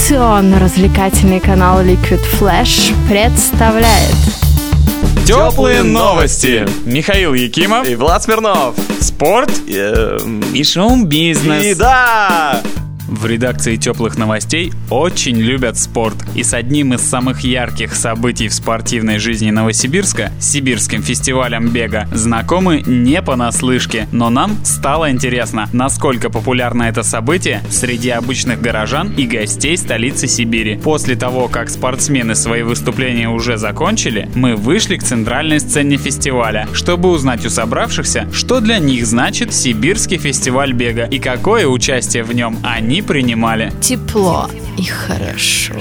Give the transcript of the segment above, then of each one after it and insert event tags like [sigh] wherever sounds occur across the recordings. Информационно-развлекательный канал Liquid Flash представляет Теплые новости. Михаил Якимов, И Влад Смирнов. спорт И, эм, и шоу-бизнес. И да! В редакции теплых новостей очень любят спорт. И с одним из самых ярких событий в спортивной жизни Новосибирска, Сибирским фестивалем бега, знакомы не понаслышке. Но нам стало интересно, насколько популярно это событие среди обычных горожан и гостей столицы Сибири. После того, как спортсмены свои выступления уже закончили, мы вышли к центральной сцене фестиваля, чтобы узнать у собравшихся, что для них значит Сибирский фестиваль бега и какое участие в нем они принимали. «Тепло и хорошо».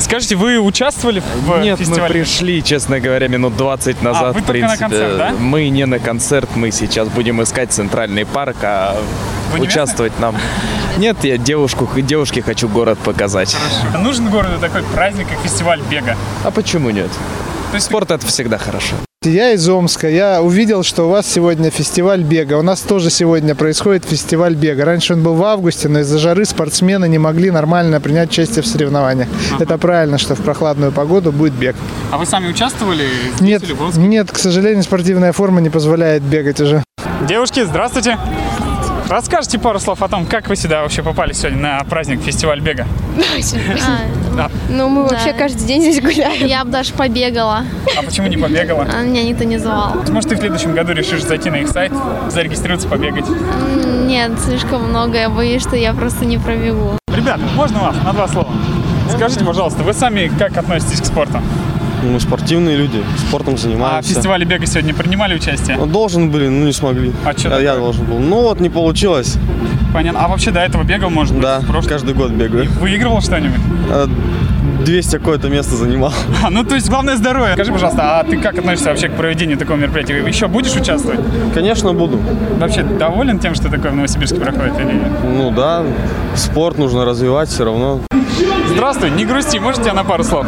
Скажите, вы участвовали в Нет, мы фестивале? пришли, честно говоря, минут 20 назад. А, вы в только на принципе. концерт, да? Мы не на концерт, мы сейчас будем искать центральный парк, а Вы не участвовать нам. Нет, я девушку, девушке хочу город показать. А Нужен городу такой праздник, как фестиваль бега. А почему нет? То есть Спорт это всегда хорошо. Я из Омска. Я увидел, что у вас сегодня фестиваль бега. У нас тоже сегодня происходит фестиваль бега. Раньше он был в августе, но из-за жары спортсмены не могли нормально принять участие в соревнованиях. Это правильно, что в прохладную погоду будет бег. А вы сами участвовали? здесь Нет, или в Омске? нет, к сожалению, спортивная форма не позволяет бегать уже. Девушки, здравствуйте. Расскажите пару слов о том, как вы сюда вообще попали сегодня на праздник фестиваль бега. Ну, мы вообще каждый день здесь гуляем. Я бы даже побегала, А почему не побегала? а меня никто не звал. Может, ты в следующем году решишь зайти на их сайт, зарегистрироваться, побегать. М, Нет, слишком много, я боюсь, что я просто не пробегу. Ребята, можно вас на два слова? Скажите, пожалуйста, вы сами как относитесь к спорту? Ну, Мы спортивные люди, спортом А в занимаемся. фестивале бега сегодня принимали участие? Ну, Должен были, ну не смогли. А чё я такое? должен был. Ну вот не получилось. Понятно. А вообще до этого бегал, может быть, Да, в прошлом? каждый год бегаю. Выигрывал что-нибудь? [laughs] Э, 200 какое-то место занимал. [laughs] А, ну то есть главное здоровье. Скажи, пожалуйста, а ты как относишься вообще к проведению такого мероприятия? Еще будешь участвовать? Конечно, буду. Вообще доволен тем, что такое в Новосибирске проходит или нет? Ну да, спорт нужно развивать все равно. Здравствуй, не грусти, можешь тебя на пару слов?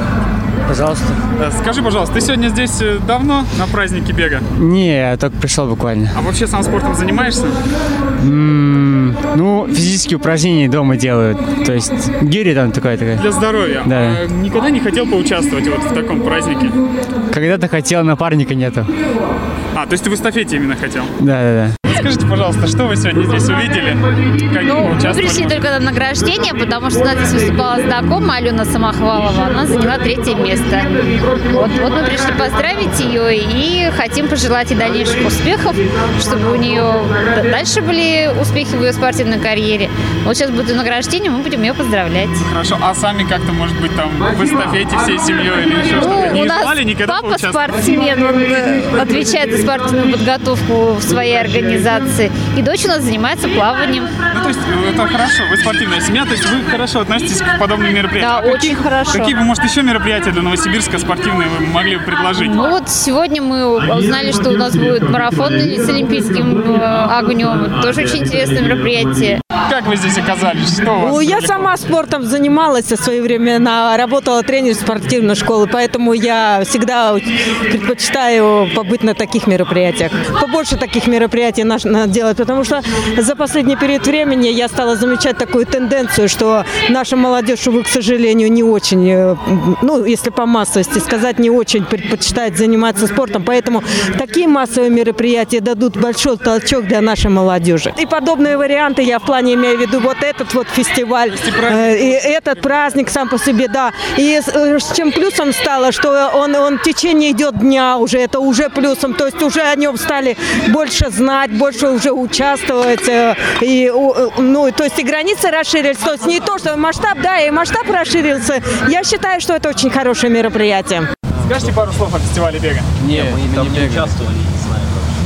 Пожалуйста. Э, Скажи, пожалуйста, ты сегодня здесь э, давно на празднике бега? Не, я только пришел буквально. А вообще сам спортом занимаешься? М, Ну, физические упражнения дома делают. То есть гири там такая такая. Для здоровья. Да. А никогда не хотел поучаствовать вот в таком празднике? Когда-то хотел, напарника нету. А, то есть ты в эстафете именно хотел? Да-да-да. Скажите, пожалуйста, что вы сегодня здесь увидели? Как Ну, мы участвовали? пришли только на награждение, потому что у нас здесь выступала знакомая Алена Самохвалова. Она заняла третье место. Вот, вот мы пришли поздравить ее и хотим пожелать ей дальнейших успехов, чтобы у нее д- дальше были успехи в ее спортивной карьере. Вот сейчас будет награждение, мы будем ее поздравлять. Хорошо, а сами как-то, может быть, там в эстафете всей семьей или еще что-то? Ну, Не у нас желали никогда папа поучаствовать? спортсмен, он э, отвечает за спортивную подготовку в своей организации. И дочь у нас занимается плаванием. Ну, то есть, ну, это хорошо, вы спортивная семья, то есть вы хорошо относитесь к подобным мероприятиям. Да, А какие- очень хорошо. Какие бы, может, еще мероприятия для Новосибирска спортивные вы могли бы предложить? Ну вот сегодня мы узнали, что у нас будет марафон с олимпийским э, огнем. Тоже очень интересное мероприятие. Как вы здесь оказались? Что у вас? Ну, я привлекло? сама спортом занималась в свое время, на- работала тренером спортивной школы, поэтому я всегда предпочитаю побыть на таких мероприятиях. Побольше таких мероприятий наш- надо делать, потому что за последний период времени я стала замечать такую тенденцию, что наша молодежь, увы, к сожалению, не очень, э, м, ну, если по массовости сказать, не очень предпочитает заниматься спортом, поэтому такие массовые мероприятия дадут большой толчок для нашей молодежи. И подобные варианты я в плане имею в виду вот этот вот фестиваль, э, и этот праздник сам по себе, да. И с, э, с чем плюсом стало, что он, он в течение идет дня уже, это уже плюсом, то есть уже о нем стали больше знать, больше уже участвовать, э, и, у- э, ну, и то есть и границы расширились, то есть не то, что масштаб, да, и масштаб расширился. Я считаю, что это очень хорошее мероприятие. Скажите пару слов о фестивале бега. Не, мы там не участвовали.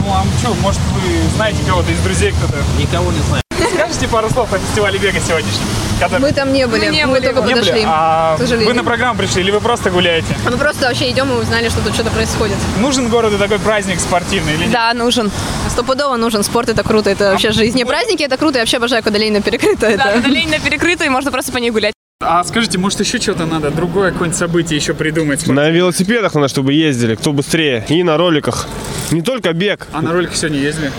Ну, а что, может, вы знаете кого-то из друзей, кто-то? Никого не знаю. Скажите пару слов о фестивале бега сегодняшнем? который- Мы там не были, мы, только Не были? А к сожалению. А вы на программу пришли или вы просто гуляете? Мы просто вообще идем и узнали, что тут что-то происходит. Нужен городу такой праздник спортивный или нет? Да, нужен. Стопудово нужен. Спорт это круто, это вообще жизнь. Не праздники это круто, я вообще обожаю, когда Ленина перекрыта. Да, это... когда Ленина перекрыта, и можно просто по ней гулять. А скажите, может, еще что-то надо, другое какое-нибудь событие еще придумать? На велосипедах надо, чтобы ездили, кто быстрее. И на роликах. Не только бег. А на роликах сегодня ездили?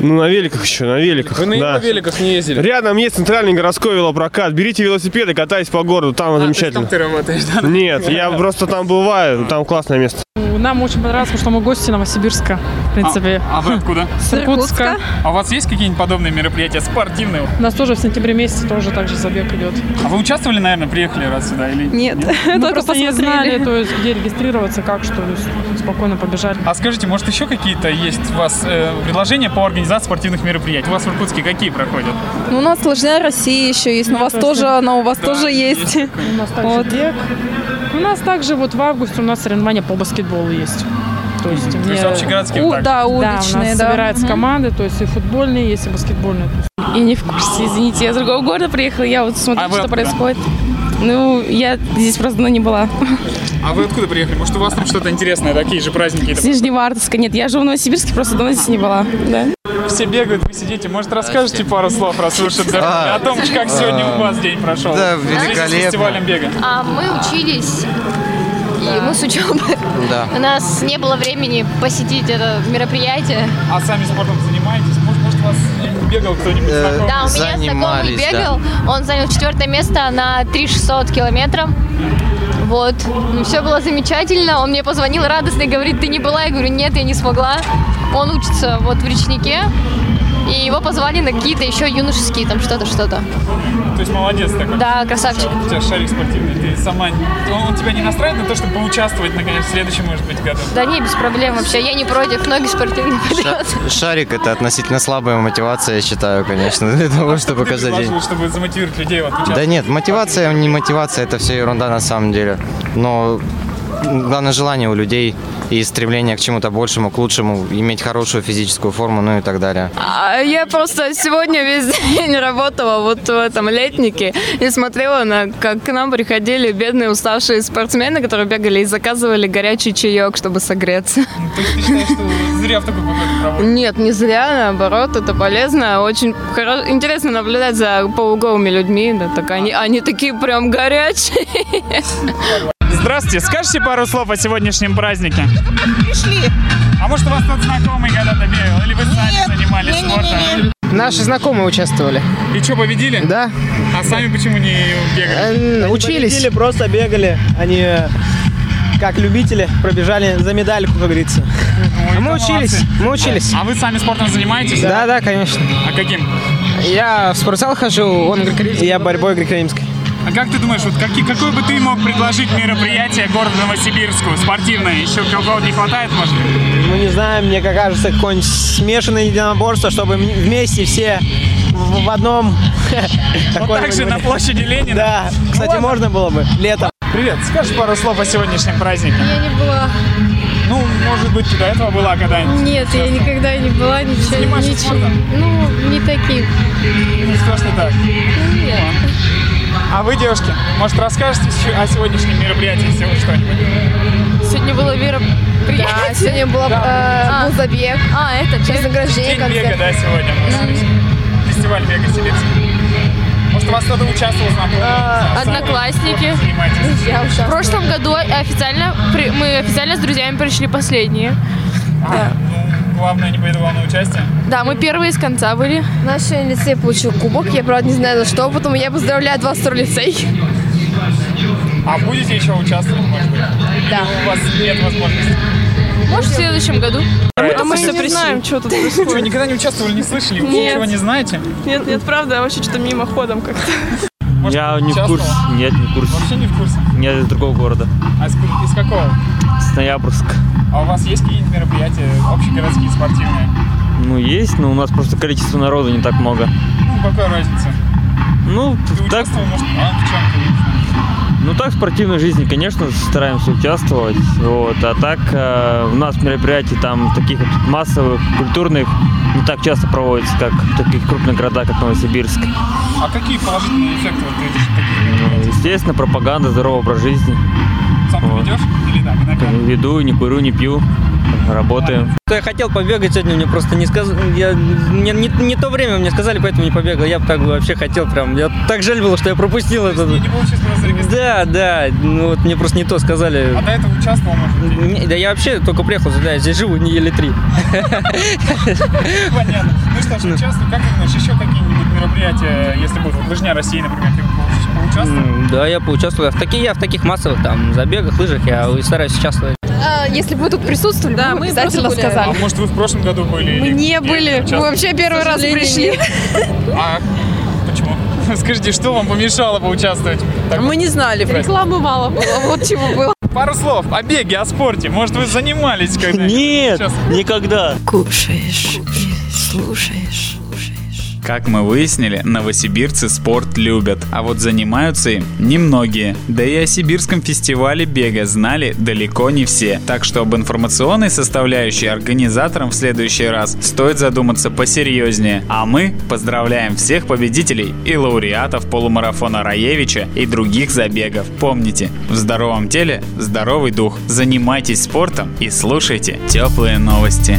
Ну, на великах еще, на великах. Вы на его да. великах не ездили? Рядом есть центральный городской велопрокат. Берите велосипеды, катайтесь по городу, там замечательно. там ты работаешь, да? Нет, я просто там бываю, там классное место. Нам очень понравилось, потому что мы гости Новосибирска, в принципе. А, а вы откуда? С Иркутска. А у вас есть какие-нибудь подобные мероприятия спортивные? У нас тоже в сентябре месяце тоже так же забег идет. А вы участвовали, наверное, приехали раз сюда или Нет, мы Только просто не посмотрели. знали, то есть где регистрироваться, как что, то есть спокойно побежали. А скажите, может, еще какие-то есть у вас э, предложения по организации спортивных мероприятий? У вас в Иркутске какие проходят? Ну, у нас сложная Россия еще есть, но у вас тоже она, у вас тоже есть. У нас также бег. У нас также вот в августе у нас соревнования по баскетболу есть. То есть, Мгм. То есть не- Э, общегородские У- вот так. да, у уличные, нас да. собираются Мгм. команды, то есть и футбольные, есть и баскетбольные. Я не в курсе, извините, я с другого города приехала, я вот смотрю, А вы что откуда? происходит. Ну, я здесь просто давно не была. А вы откуда приехали? Может, у вас там что-то интересное, такие же праздники? С Нижневартовска. Нет, я живу в Новосибирске, просто давно здесь не была. Да. Все бегают, вы сидите. Может, расскажете пару слов, раз вы что-то забыли, А. о том, как сегодня у вас день прошел? Да, В связи с великолепно. фестивалем бега. А мы учились, и мы с учебы. Да. У нас не было времени посетить это мероприятие. А сами спортом занимаетесь? Может, может у вас бегал кто-нибудь Э. знакомый? Да, у меня знакомый бегал, он занял четвертое место на 3600 километров. Вот, ну, все было замечательно, он мне позвонил радостный, говорит, ты не была? Я говорю, нет, я не смогла. Он учится вот в речнике, и его позвали на какие-то еще юношеские там что-то, что-то. То есть молодец такой. Да, красавчик. У тебя шарик спортивный, ты сама... Он, он тебя не настраивает на то, чтобы поучаствовать, наконец, в следующем, может быть, году? Да не, без проблем вообще, я не против, ноги спортивные пожалуйста. Шарик это относительно слабая мотивация, я считаю, конечно, для того, чтобы каждый день. А Предложил, чтобы замотивировать людей вот участвовать. Да нет, мотивация, Ну, не мотивация, это все ерунда на самом деле. Но главное желание у людей и стремление к чему-то большему, к лучшему, иметь хорошую физическую форму, ну и так далее. А Я просто сегодня весь [laughs] день работала вот в этом летнике и смотрела, на, как к нам приходили бедные уставшие спортсмены, которые бегали и заказывали горячий чаек, чтобы согреться. [laughs] Зря в такой погоде проводишь. Нет, не зря, наоборот, это полезно. Очень хоро- интересно наблюдать за полуголыми людьми. Да, так они, А. они такие прям горячие. Здравствуйте, скажете пару слов о сегодняшнем празднике? Пришли. А может, у вас тот знакомый когда-то бегал? Или вы сами занимались спортом? Наши знакомые участвовали. И что, победили? Да. А сами почему не бегали? Учились. просто бегали. Они э, как любители пробежали за медальку, как говорится. А мы учились, мы учились. А вы сами спортом занимаетесь? Да, да, конечно. А каким? Я в спортзал хожу, он греко Я борьбой греко-римской. А как ты думаешь, вот какие, какое бы ты мог предложить мероприятие городу Новосибирску, спортивное? Еще кого-то не хватает, может? Ну, не знаю, мне как кажется, какое-нибудь смешанное единоборство, чтобы м- вместе все в в одном... Вот так же на площади Ленина? Да, кстати, можно было бы летом. Привет, скажешь пару слов о сегодняшнем празднике? Я не была. Ну, может быть, ты до этого была когда-нибудь? Нет, я никогда не была, ничего, ничего. Ну, не таким. Ну, что ж ты так? Нет. А вы, девушки, может, расскажете еще о сегодняшнем мероприятии всего что-нибудь? Сегодня было мероприятие. Да, сегодня было, Да. э, был забег. А, это Вознаграждение, День бега, концерт. да, сегодня. в Ну, Новосибирске. Фестиваль бега Сибирский. Может, у вас кто-то участвовал, знакомый? А, Одноклассники. В прошлом году официально при- мы официально с друзьями пришли последние. А, ну, главное, не поеду на участие. Да, мы первые с конца были. Наш лицей получил кубок, я, правда, не знаю за что, поэтому я поздравляю 22 лицей. А будете еще участвовать, может быть? Да. у вас нет возможности? Может, в следующем году? А мы не знаем, что тут Вы никогда не участвовали, не слышали? Вы Нет. ничего не знаете? Нет, нет, правда, я вообще что-то мимоходом как-то. Я не в участвовал? курсе. Нет, не в курсе. Вообще не в курсе. Я из другого города. А из, ку- из какого? С Ноябрьск. А у вас есть какие-нибудь мероприятия общегородские, спортивные? Ну, есть, но у нас просто количество народу не так много. Ну, какая разница? Ну, Ты участвовал, может, а, в чем Ну, так в спортивной жизни, конечно, стараемся участвовать. Вот. А так э, у нас мероприятий там таких вот массовых, культурных не э, ну, так часто проводится, как в таких крупных городах, как Новосибирск. А какие положительные эффекты вот эти такие? Ну, Естественно, пропаганда, здоровый образ жизни. Сам ведешь или так? Веду, не курю, не пью. работаем. Что я хотел побегать сегодня, мне просто не сказали, я, мне не, не то время мне сказали, поэтому не побегал. Я бы так бы вообще хотел прям, я так жаль было, что я пропустил это. Да, да, ну вот мне просто не то сказали. А до этого участвовал, может? Не, да я вообще только приехал, да, я здесь живу не еле три. Понятно. Ну что ж, участвуй, как ты думаешь, еще какие-нибудь мероприятия, если будет вот лыжня России, например, ты бы поучаствовал? М, Да, я поучаствовал. В такие я в таких массовых там забегах, лыжах я и стараюсь участвовать. Если бы вы тут присутствовали, да, мы обязательно А сказали. может вы в прошлом году были? Мы или не нет, были. Мы участвовали? вообще первый раз пришли. А почему? [laughs] Скажите, что вам помешало поучаствовать? Мы не знали, рекламы мало было, вот чего было. Пару слов о беге, о спорте. Может, вы занимались когда-нибудь? Нет, никогда. Кушаешь, слушаешь. Как мы выяснили, новосибирцы спорт любят, а вот занимаются им немногие. Да и о сибирском фестивале бега знали далеко не все. Так что об информационной составляющей организаторам в следующий раз стоит задуматься посерьезнее. А мы поздравляем всех победителей и лауреатов полумарафона Раевича и других забегов. Помните, в здоровом теле здоровый дух. Занимайтесь спортом и слушайте теплые новости.